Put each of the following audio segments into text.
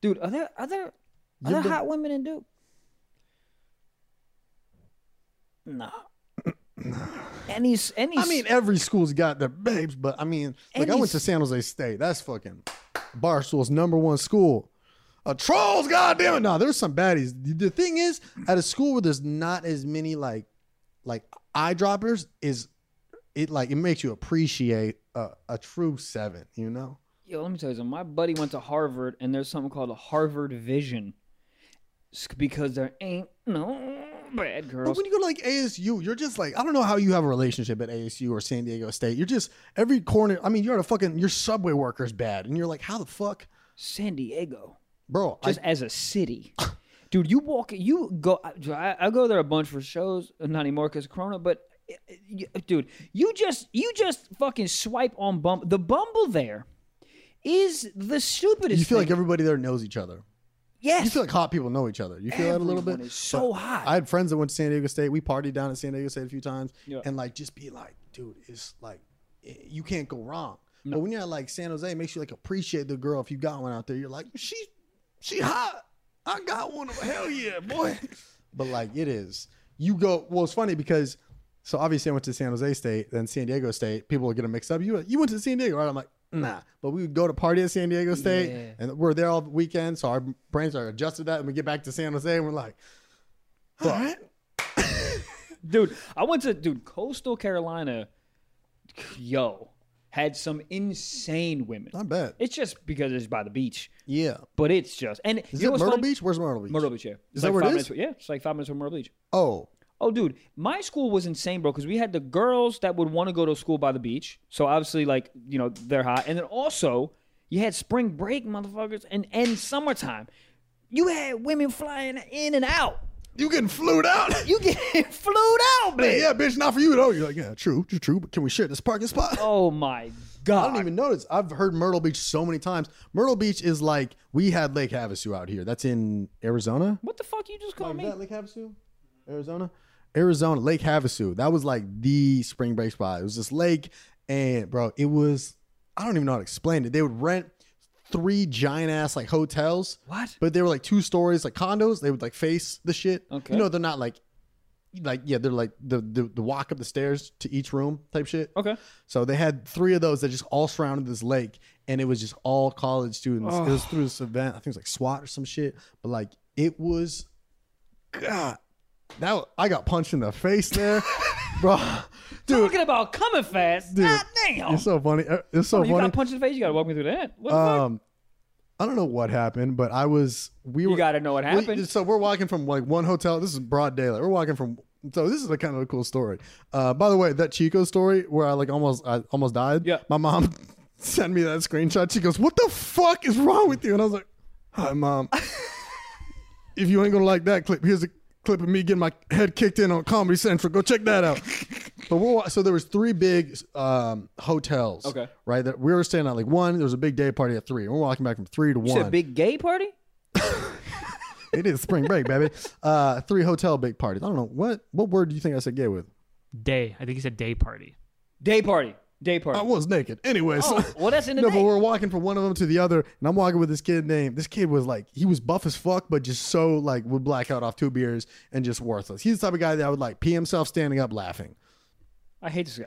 Dude, are there are there, are there You're the- hot women in Duke? No. any s- any I s- mean, every school's got their babes, but I mean, like I Any went to s- San Jose State. That's fucking Barstool's number one school. A trolls, goddamn it! No, there's some baddies. The- The thing is, at a school where there's not as many like, like eyedroppers, is it like it makes you appreciate a, a true seven? You know, Yo, let me tell you something. My buddy went to Harvard, and there's something called a Harvard Vision, It's because there ain't no bad but girls. when you go to like ASU, you're just like I don't know how you have a relationship at ASU or San Diego State. You're just every corner. I mean, you're at a fucking your subway worker's bad, and you're like, how the fuck, San Diego, bro? I- just as a city, dude. You walk, you go. I, I go there a bunch for shows, not anymore because Corona. But eh, eh, you- dude, you just you just fucking swipe on Bumble. The Bumble there is the stupidest. you feel thing. like everybody there knows each other. yes, You feel like hot people know each other. You feel that a little bit. Everyone is so But hot. I had friends that went to San Diego State. We partied down at San Diego State a few times, Yeah. and like just be like, dude, it's like eh, you can't go wrong. But when you're at like San Jose, it makes you like appreciate the girl if you got one out there. You're like, she, she hot. I got one. of Hell yeah, boy. but like it is. You go. Well, it's funny because so obviously I went to San Jose State, then San Diego State. People are gonna mix up. You you went to San Diego, right? I'm like, nah. But we would go to party at San Diego State, Yeah. and we're there all weekend. So our brains are adjusted to that, and we get back to San Jose, and we're like, all right. dude. I went to dude coastal Carolina. Yo, had some insane women. I bet. It's just because it's by the beach, Yeah. but it's just and Is you know it what's Myrtle funny? Beach? Where's Myrtle Beach? Myrtle Beach, yeah. It's that like where it five is? Minutes, yeah, it's like five minutes from Myrtle Beach. Oh, Oh, dude, my school was insane, bro. Because we had the girls that would want to go to school by the beach, so obviously, like you know, they're hot, and then also you had spring break, motherfuckers, and and summertime. You had women flying in and out. you getting flued out? You getting flued out, man. yeah, bitch, not for you though. You're like, yeah, true, true, true. But can we share this parking spot? Oh my god. I don't even notice. I've heard Myrtle Beach so many times. Myrtle Beach is like we had Lake Havasu out here. That's in Arizona. What the fuck you just called Is me? that Lake Havasu, Arizona? Arizona, Lake Havasu. That was like the spring break spot. It was this lake, and bro, it was. I don't even know how to explain it. They would rent three giant ass like hotels, What? but they were like two stories, like condos. They would like face the shit. Okay. You know, they're not like, like yeah, they're like the the, the walk up the stairs to each room type shit. Okay. So they had three of those that just all surrounded this lake, and it was just all college students. It was through this event, I think it was like SWAT or some shit, but like it was, God, that wa- I got punched in the face there, bro, dude. Talking about coming fast. Dude, God damn. Oh, It's so funny. Uh, It's so you funny. got punched in the face. You got to walk me through that. What the fuck? Um, I don't know what happened, but I was we were You got to know what we- happened. so we're walking from like one hotel. This is broad daylight. We're walking from. So this is a kind of a cool story. Uh, by the way, that Chico story where I like almost I almost died. Yeah. My mom sent me that screenshot. She goes, "What the fuck is wrong with you?" And I was like, "Hi, mom. if you ain't gonna like that clip, here's a clip of me getting my head kicked in on Comedy Central. Go check that out." But we're, wa- so there was three big um, hotels. Okay. Right. That we were staying at like one. There was a big day party at three. And we're walking back from three to you one said big gay party? it is spring break, baby. Uh, three hotel big parties. I don't know what what word do you think I said gay with? Day. I think he said day party. Day party. Day party. I was naked. Anyway, Oh, so well, that's in the no, but name. we're walking from one of them to the other, and I'm walking with this kid named. This kid was like he was buff as fuck, but just so like would black out off two beers and just worthless. He's the type of guy that would like pee himself standing up laughing. I hate this guy.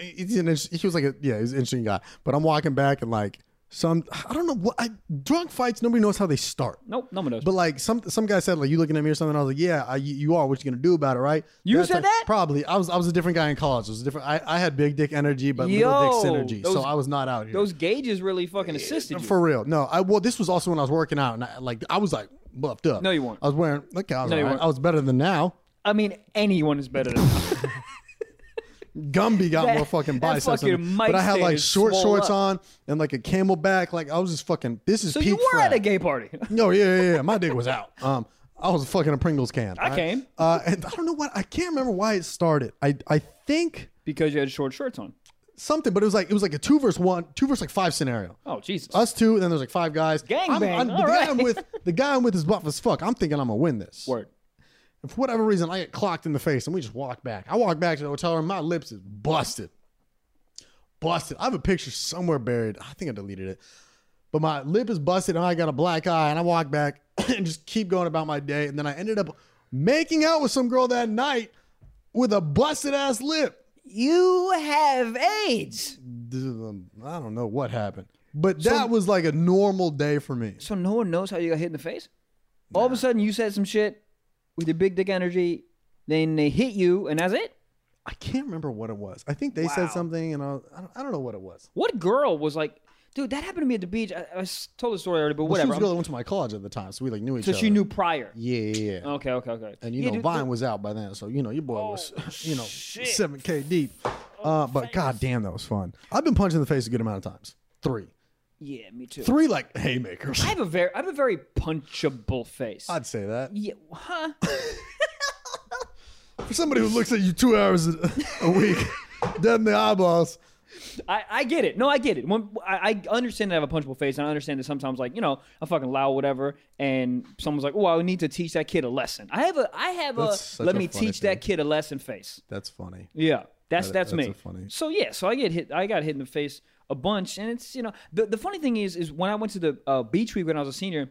He's an inter- he was like a yeah, he's an interesting guy. But I'm walking back and like some I don't know what I drunk fights. Nobody knows how they start. Nope, no one knows. But like some some guy said like you looking at me or something. I was like yeah I, you you are. What you gonna do about it, right? You That's said like- that? Probably. I was I was a different guy in college. It was a different. I, I had big dick energy, but Yo, little dick synergy. so those- I was not out here. Those gauges really fucking assisted you. for real. No, I well this was also when I was working out and I, like I was like buffed up. No, you weren't. I was wearing look. I was, No, you all right. weren't. I was better than now. I mean, anyone is better than Gumby got That- more fucking that biceps, than fucking me. mic but I had stand like is short swole shorts up. on and like a camelback. Like I was just fucking. This is So peak you were at frat. a gay party. No, yeah, yeah, yeah. My dick was out. Um, I was fucking a Pringles can. I came. Uh, and I don't know what I can't remember why it started. I I think because you had short shorts on. something, but it was like it was like a two verse one, two verse like five scenario. Oh, Jesus. Us two, and then there's like five guys. Gang I'm- bang, I'm- the all guy right. I'm with, the guy I'm with is buff as fuck. I'm thinking I'm gonna win this. Word. And for whatever reason, I get clocked in the face, and we just walk back. I walk back to the hotel room. My lips is busted, busted. I have a picture somewhere buried. I think I deleted it. But my lip is busted and I got a black eye and I walk back and just keep going about my day. And then I ended up making out with some girl that night with a busted ass lip. You have AIDS. This is, um, I don't know what happened. But that was like a normal day for me. So no one knows how you got hit in the face. All of a sudden, you said some shit with your big dick energy. Then they hit you, and that's it. I can't remember what it was. I think they said something and I, I, don't, I don't know what it was. What girl was like, dude? That happened to me at the beach. I, I s- told the story already, but Well, whatever. she was a girl that went to my college at the time, so we like knew each so other. she knew prior. Yeah, yeah, yeah. Okay, okay, okay. And you Um, Yeah, Oh, know, dude, Vine was out by then, so you know your boy was, you know, seven k deep. Oh, Uh, but god damn, that was fun. I've been punched in the face a good amount of times. Three, Yeah, me too. three like haymakers. I have a very, I have a very punchable face. I'd say that yeah, huh? for somebody who looks at you two hours a a week, dead in the eyeballs. I, I get it. No, I get it. When, I, I understand that I have a punchable face, and I understand that sometimes, like you know, I'm fucking loud, whatever, and someone's like, "Oh, I need to teach that kid a lesson." I have a, I have That's a, such let a me funny teach thing. that kid a lesson face. That's funny. Yeah, that's that's, That- that's me. a funny- So yeah, so I get hit. I got hit in the face a bunch, and it's you know the the funny thing is is when I went to the uh, beach week when I was a senior,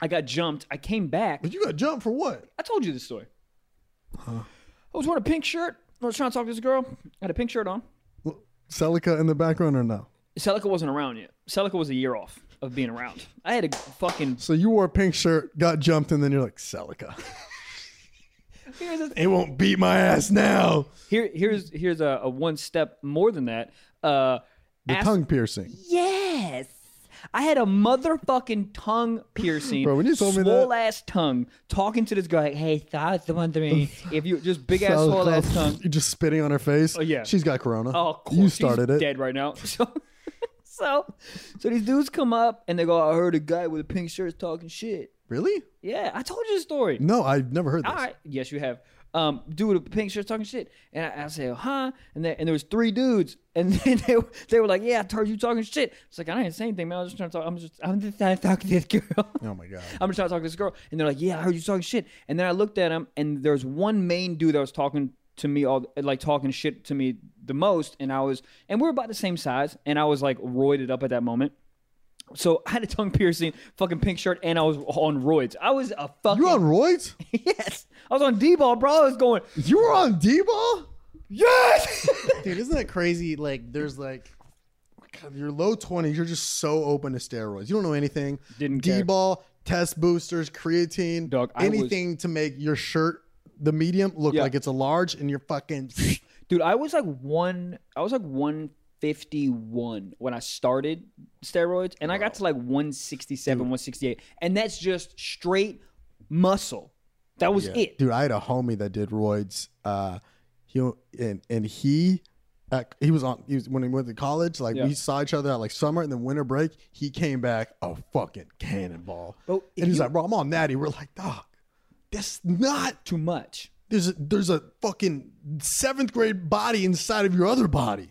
I got jumped. I came back. But you got jumped for what? I told you this story. I was wearing a pink shirt. I was trying to talk to this girl. I had a pink shirt on. Celica in the background or no? Celica wasn't around yet. Celica was a year off of being around. I had a fucking. So you wore a pink shirt, got jumped, and then you're like Celica. Here's the It won't beat my ass now. Here, here's here's a, a one step more than that. Uh, The ask- tongue piercing. Yes. I had a motherfucking tongue piercing, Bro, when you told me that- swole ass tongue, talking to this guy. Like, hey, I was wondering if you just big ass Celica, swole ass tongue. You're just spitting on her face. Oh yeah. she's got corona. Oh, cool. you started She's it. Dead right now. So, so, so these dudes come up and they go, "I heard a guy with a pink shirt is talking shit." Really? Yeah, I told you the story. No, I've never heard this. All right. Yes, you have. Um, dude with a pink shirt talking shit, and I, I say, oh, huh? And there, and there was three dudes, and then they were- they were like, yeah, I heard you talking shit. It's like I didn't say anything, man. I was just trying to talk. I'm just I'm just trying to talk to this girl. Oh my god. I'm just trying to talk to this girl, and they're like, yeah, I heard you talking shit. And then I looked at him, and there's one main dude that was talking to me all like talking shit to me the most, and I was and we were about the same size, and I was like roided up at that moment. So I had a tongue piercing, fucking pink shirt, and I was on roids. I was a fucking You on roids? Yes. I was on D ball, bro. I was going, You were on D ball? yes. Dude, isn't that crazy? Like, there's like, Oh God, you're low 20s. You're just so open to steroids. You don't know anything. Didn't care. D ball, test boosters, creatine, Dog, I was- anything to make your shirt, the medium, look Yeah. like it's a large and you're fucking. Dude, I was like one, I was like 151 when I started steroids, and I got to like 167, 168. And that's just straight muscle. That was it. Dude, I had a homie that did roids. Uh, he and and he, uh, he was on. He was when he went to college. Like Yeah. we saw each other at like summer and then winter break. He came back a fucking cannonball. Bro, and he's Oh, you- like, bro, I'm on natty. We're like, doc, that's not. Too much. There's a, there's a fucking seventh grade body inside of your other body.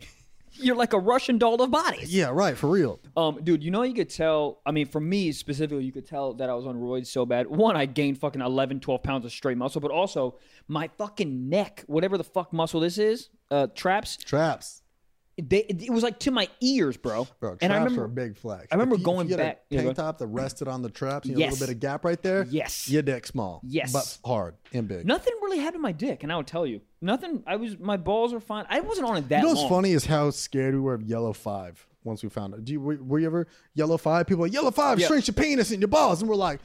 You're like a Russian doll of bodies. Yeah, right. For real. Um, dude, you know you could tell. I mean, for me specifically, you could tell that I was on roids so bad. One, I gained fucking 11, 12 pounds of straight muscle, but also my fucking neck, whatever the fuck muscle this is, uh, traps. Traps. They, it was like to my ears, bro. Bro, traps and I remember, are a big flex. I remember If you- if going you had a back- yeah, Tank go- top that rested on the traps. You know, a Yes. little bit of gap right there. Yes. Your dick small. Yes. But hard and big. nothing really happened to my dick, and I would tell you, nothing. I was my balls are fine. I wasn't on it that You know what's long. funny is how scared we were of yellow five once we found it. Do you were, were you ever yellow five? People are like, yellow five Yeah. shrinks your penis and your balls, and we're like,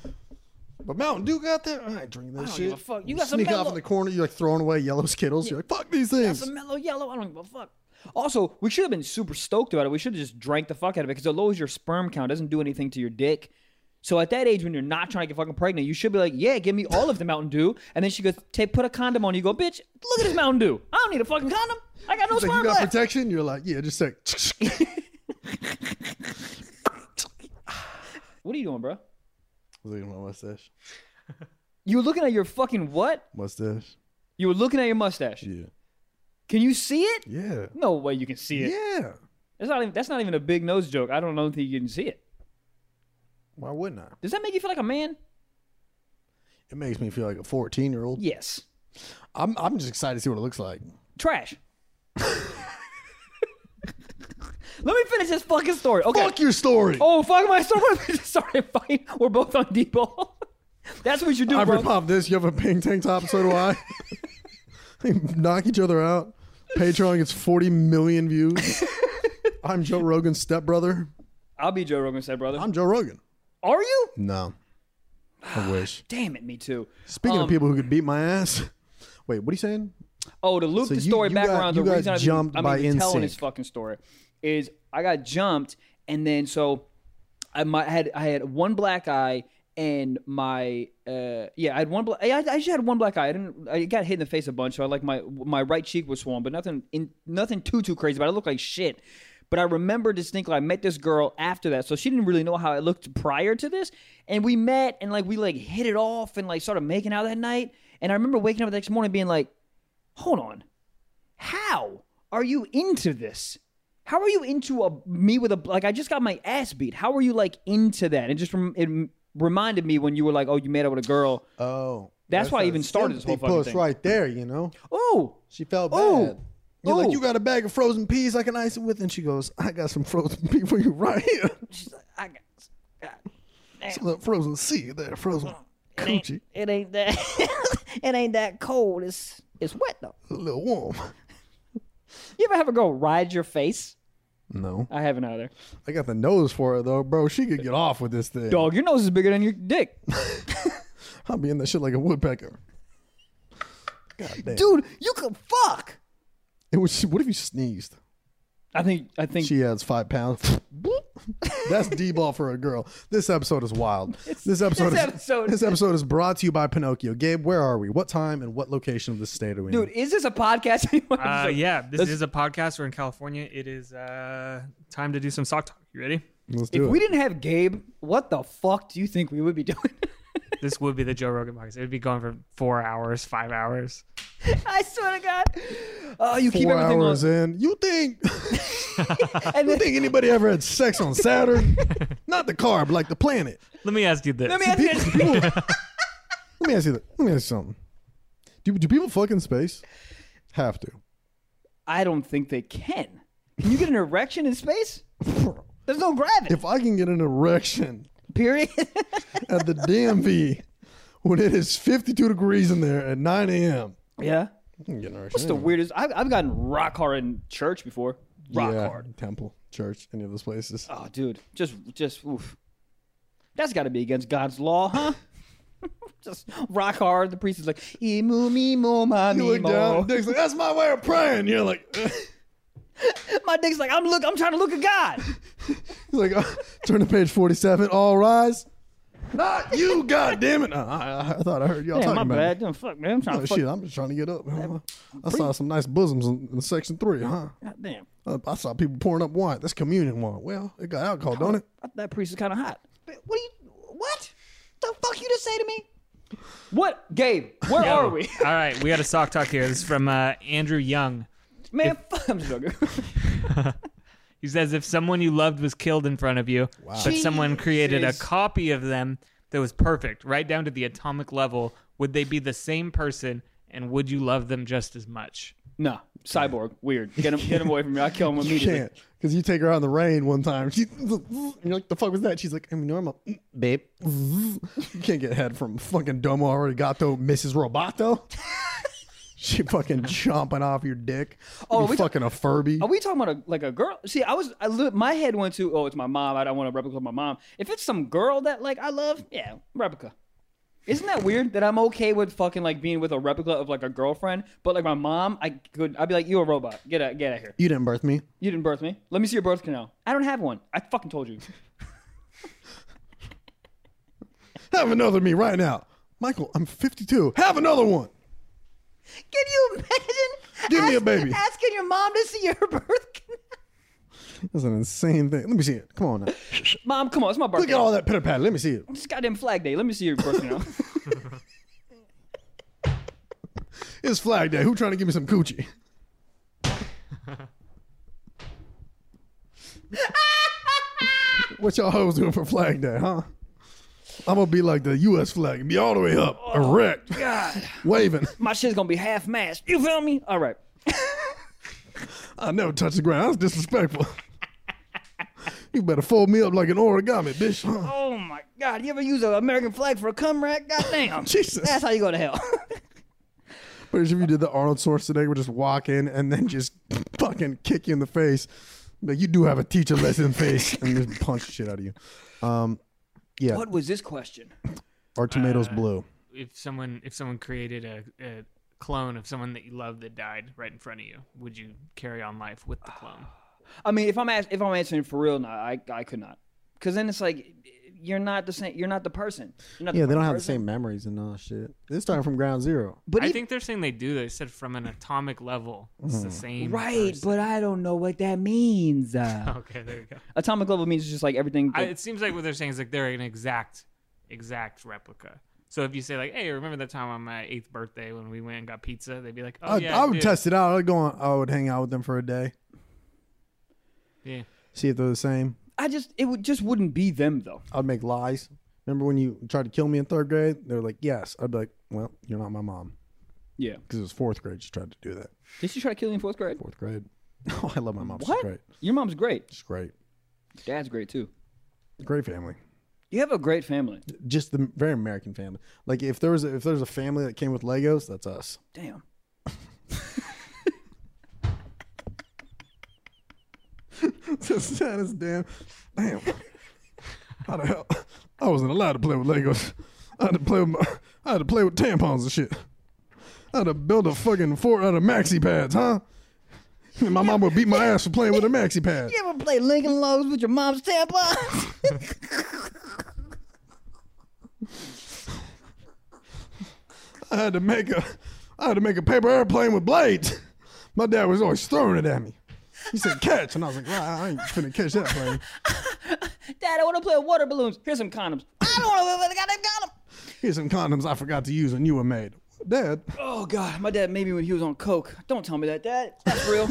but Mountain Dew got that. I ain't drinking that don't shit. give a fuck. You got some sneak off Mellow- in the corner. You're like throwing away yellow Skittles. You're like, fuck these things. Some mellow yellow. I don't give a fuck. Also, we should have been super stoked about it. We should have just drank the fuck out of it because it lowers your sperm count. Doesn't do anything to your dick. So at that age, when you're not trying to get fucking pregnant, you should be like, "Yeah, give me all of the Mountain Dew." And then she goes, "Take, put a condom on." You go, "Bitch, look at this Mountain Dew. I don't need a fucking condom. I got no It's like, sperm you got left." protection. You're like, yeah, just like. what are you doing, bro? Look at my mustache. You were looking at your fucking what? Mustache. You were looking at your mustache. Yeah. Can you see it? Yeah. No way you can see it. Yeah. That's not even that's not even a big nose joke. I don't know if you can see it. Why wouldn't I? Does that make you feel like a man? It makes me feel like a 14 year old. Yes. I'm I'm just excited to see what it looks like. Trash. Let me finish this fucking story. Okay. Fuck your story. Oh, fuck my story. Sorry, fine. We're both on deep ball. That's what we should do, I bro. rip off this. You have a pink tank top. So do I. They knock each other out. Patreon gets 40 million views. I'm Joe Rogan's stepbrother. I'll be Joe Rogan said, brother. I'm Joe Rogan. Are you? No. I wish. Damn it, me too. Speaking Um, of people who could beat my ass. Wait, what are you saying? Oh, to loop So the you- story you back got- around, you the got reason I'm even- jumped I'm by even telling this NSYNC. fucking story is I got jumped, and then so I my, had I had one black eye, and my uh yeah I had one black I, I actually had one black eye. I didn't I got hit in the face a bunch, so I like my my right cheek was swollen, but nothing in nothing too too crazy. But I looked like shit. But I remember distinctly I met this girl after that, so she didn't really know how I looked prior to this, and we met and like we like hit it off and like started making out that night. And I remember waking up the next morning being like, hold on how are you into this? How are you into a me with a like? I just got my ass beat. How are you like into that? It just rem, it m- reminded me when you were like, "Oh, you made out with a girl." Oh. That's why I even started this whole sympathy fucking push thing. right there, you know? Oh, She felt bad. Oh. You're Oh. like, you got a bag of frozen peas I can ice it with? And she goes, I got some frozen pea for you right here. she's like, I got, God, Some of that frozen sea there, frozen it, ain't, coochie. it ain't that it ain't that cold. It's it's wet though. A little warm. You ever have a girl ride your face? No. I haven't either. I got the nose for it, though, bro. She could get off with this thing. Dog, your nose is bigger than your dick, I'll be in that shit like a woodpecker. God damn. dude. You could fuck. It was, what if you sneezed? I think I think She adds five pounds. That's D ball for a girl. This episode is wild. This episode, this is, episode- this episode is brought to you by Pinocchio. Gabe, where are we? What time and what location of the state are we dude, in? is this a podcast? Uh, yeah, this let's- is a podcast. We're in California. It is uh, time to do some sock talk. You ready? Let's do If it. we didn't have Gabe, what the fuck do you think we would be doing? this would be the Joe Rogan podcast. It would be going for four hours, five hours. I swear to God. Oh, you keep Four everything hours on. in. You think And you then, think anybody ever had sex on Saturn? Not the carb, like the planet. Let me ask you this. let me ask you People- this. people- let me ask you that. Let me ask you something. Do, do people fuck in space? Have to. I don't think they can. Can you get an erection in space? There's no gravity. If I can get an erection period. at the DMV when it is 52 degrees in there at 9 a.m. yeah. What's It's the weirdest. I've, I've gotten rock hard in church before. Rock hard. Temple, church, any of those places. Oh, dude. Just, just, oof. That's got to be against God's law, huh? just rock hard. The priest is like, "Imu mi mo ma you mi look down, mo." and Dick's like, that's my way of praying. You're like, he's My dick's like, "I'm look. I'm trying to look at God." like, uh, turn to page 47, all rise. Not you, goddammit. Uh, I, I thought I heard y'all Damn, talking my about bad. it. Damn, fuck, man. I'm trying Oh, to fuck. shit, I'm just trying to get up. I saw some nice bosoms in, in section three, huh? Damn. Uh, I saw people pouring up wine. That's communion wine. Well, it got alcohol, don't it? That priest is kind of hot. What do you? What the fuck you just say to me? What, Gabe? Where Yo, are we, All right, we got a sock talk here. This is from uh, Andrew Young. man? Fuck, I'm just joking. He says if someone you loved was killed in front of you, but someone created a Jesus. copy of them that was perfect, right down to the atomic level, would they be the same person and would you love them just as much? no, cyborg, weird. Get him, get him away from me. I kill him You immediately. can't because you take her out in the rain one time. She, and you're like, the fuck was that? She's like, I'm normal, Mm, babe. You can't get head from fucking Domo Arigato, Mrs. Roboto. she fucking chomping off your dick. Oh, Oh, are we you ta- fucking a Furby. Are we talking about a, like a girl? See, I was, I li- my head went to, oh, it's my mom. I don't want to replica my mom. If it's some girl that like I love, yeah, replica. Isn't that weird that I'm okay with fucking like being with a replica of like a girlfriend, but like my mom, I could, I'd be like, you a robot, get out, get out here. you didn't birth me. You didn't birth me. Let me see your birth canal. I don't have one. I fucking told you. Have another me right now, Michael. I'm 52. Have another one. Can you imagine? Give me a baby. Asking your mom to see your birth canal. That's an insane thing. Let me see it. Come on now. Mom, come on. It's my birth Look at canal. all that pitter pat. Let me see it. It's goddamn flag day. Let me see your birth canal. It's Flag Day. Who trying to give me some coochie? what y'all hoes doing for Flag Day, huh? I'm gonna be like the U.S. flag and be all the way up, erect, God. waving. My shit's going to be half mast. You feel me? All right. I never touch the ground. That's disrespectful. You better fold me up like an origami, bitch. Huh? Oh my God! You ever use an American flag for a cum rack? Goddamn! Jesus. That's how you go to hell. But if you did the Arnold Schwarzenegger, just walk in and then just fucking kick you in the face. Like you do have a teacher lesson face and just punch the shit out of you. Um, yeah, what was this question? our tomatoes blue. If someone if someone created a, a clone of someone that you love that died right in front of you, would you carry on life with the clone? I mean, if I'm ask, if I'm answering for real, no, I I could not, because then it's like you're not the same. You're not the person. You're not Yeah, they don't right have the person. same memories and all that shit. They're starting from ground zero. But I even- think they're saying they do. They said from an atomic level, it's Mm. the same. right, person. but I don't know what that means. Uh, okay, there you go. atomic level means it's just like everything. I, it seems like what they're saying is like they're an exact, exact replica. So if you say like, "Hey, remember that time on my eighth birthday when we went and got pizza?" They'd be like, "Oh I, yeah, I would dude. test it out. I'd go on. I would hang out with them for a day, Yeah, see if they're the same. I just it would just wouldn't be them though. I'd make lies. Remember when you tried to kill me in third grade? They're like, yes. I'd be like, well, you're not my mom Yeah. because it was fourth grade. She tried to do that. Did she try to kill you in fourth grade? Fourth grade. Oh, I love my mom. She's What? great. Your mom's great. She's great. Dad's great too. Great family. You have a great family. just the very American family. Like if there was a, if there was a family that came with Legos, that's us. Damn. That's that is damn, damn. How the hell? I wasn't allowed to play with Legos. I had to play with my, I had to play with tampons and shit. I had to build a fucking fort out of maxi pads, huh? And my mom would beat my ass for playing with a maxi pad. You ever play Lincoln Logs with your mom's tampons? I had to make a I had to make a paper airplane with blades. My dad was always throwing it at me. He said catch, and I was like, "Nah, I ain't finna catch that plane. Dad, I want to play with water balloons. Here's some condoms. I don't want to play with a goddamn condom. Here's some condoms I forgot to use when you were made. Dad, Oh God, my dad made me when he was on coke. Don't tell me that, Dad. That's real.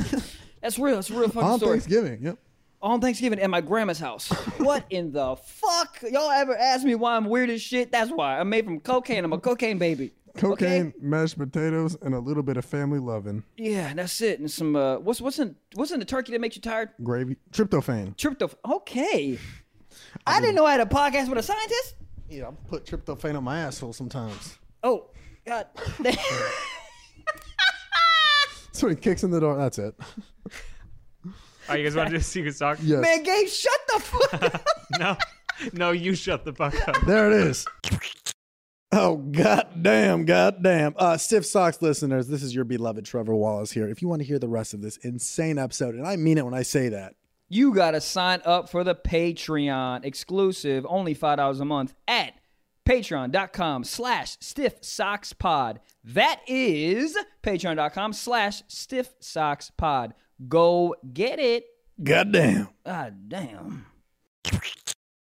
That's real. That's a real fucking on story. Thanksgiving. Yep. on Thanksgiving at my grandma's house. what in the fuck? Y'all ever ask me why I'm weird as shit? That's why. I'm made from cocaine. I'm a cocaine baby. Cocaine, Okay? mashed potatoes, and a little bit of family loving. Yeah, that's it. And some uh, what's what's in what's in the turkey that makes you tired? Gravy. Tryptophan. Tryptophan. Okay. I didn't know I had a podcast with a scientist. Yeah, I put tryptophan on my asshole sometimes. Oh God. So he kicks in the door. That's it. Are Oh, you guys want to do a secret talk? Yes. Man, Gabe, shut the fuck up. No, no, you shut the fuck up. There it is. Oh goddamn, goddamn! Uh, Stiff socks listeners, this is your beloved Trevor Wallace here. If you want to hear the rest of this insane episode, and I mean it when I say that, you gotta sign up for the Patreon exclusive, only five dollars a month at patreon.com slash stiff socks pod. That is patreon.com slash stiff socks pod. Go get it. goddamn. Ah damn.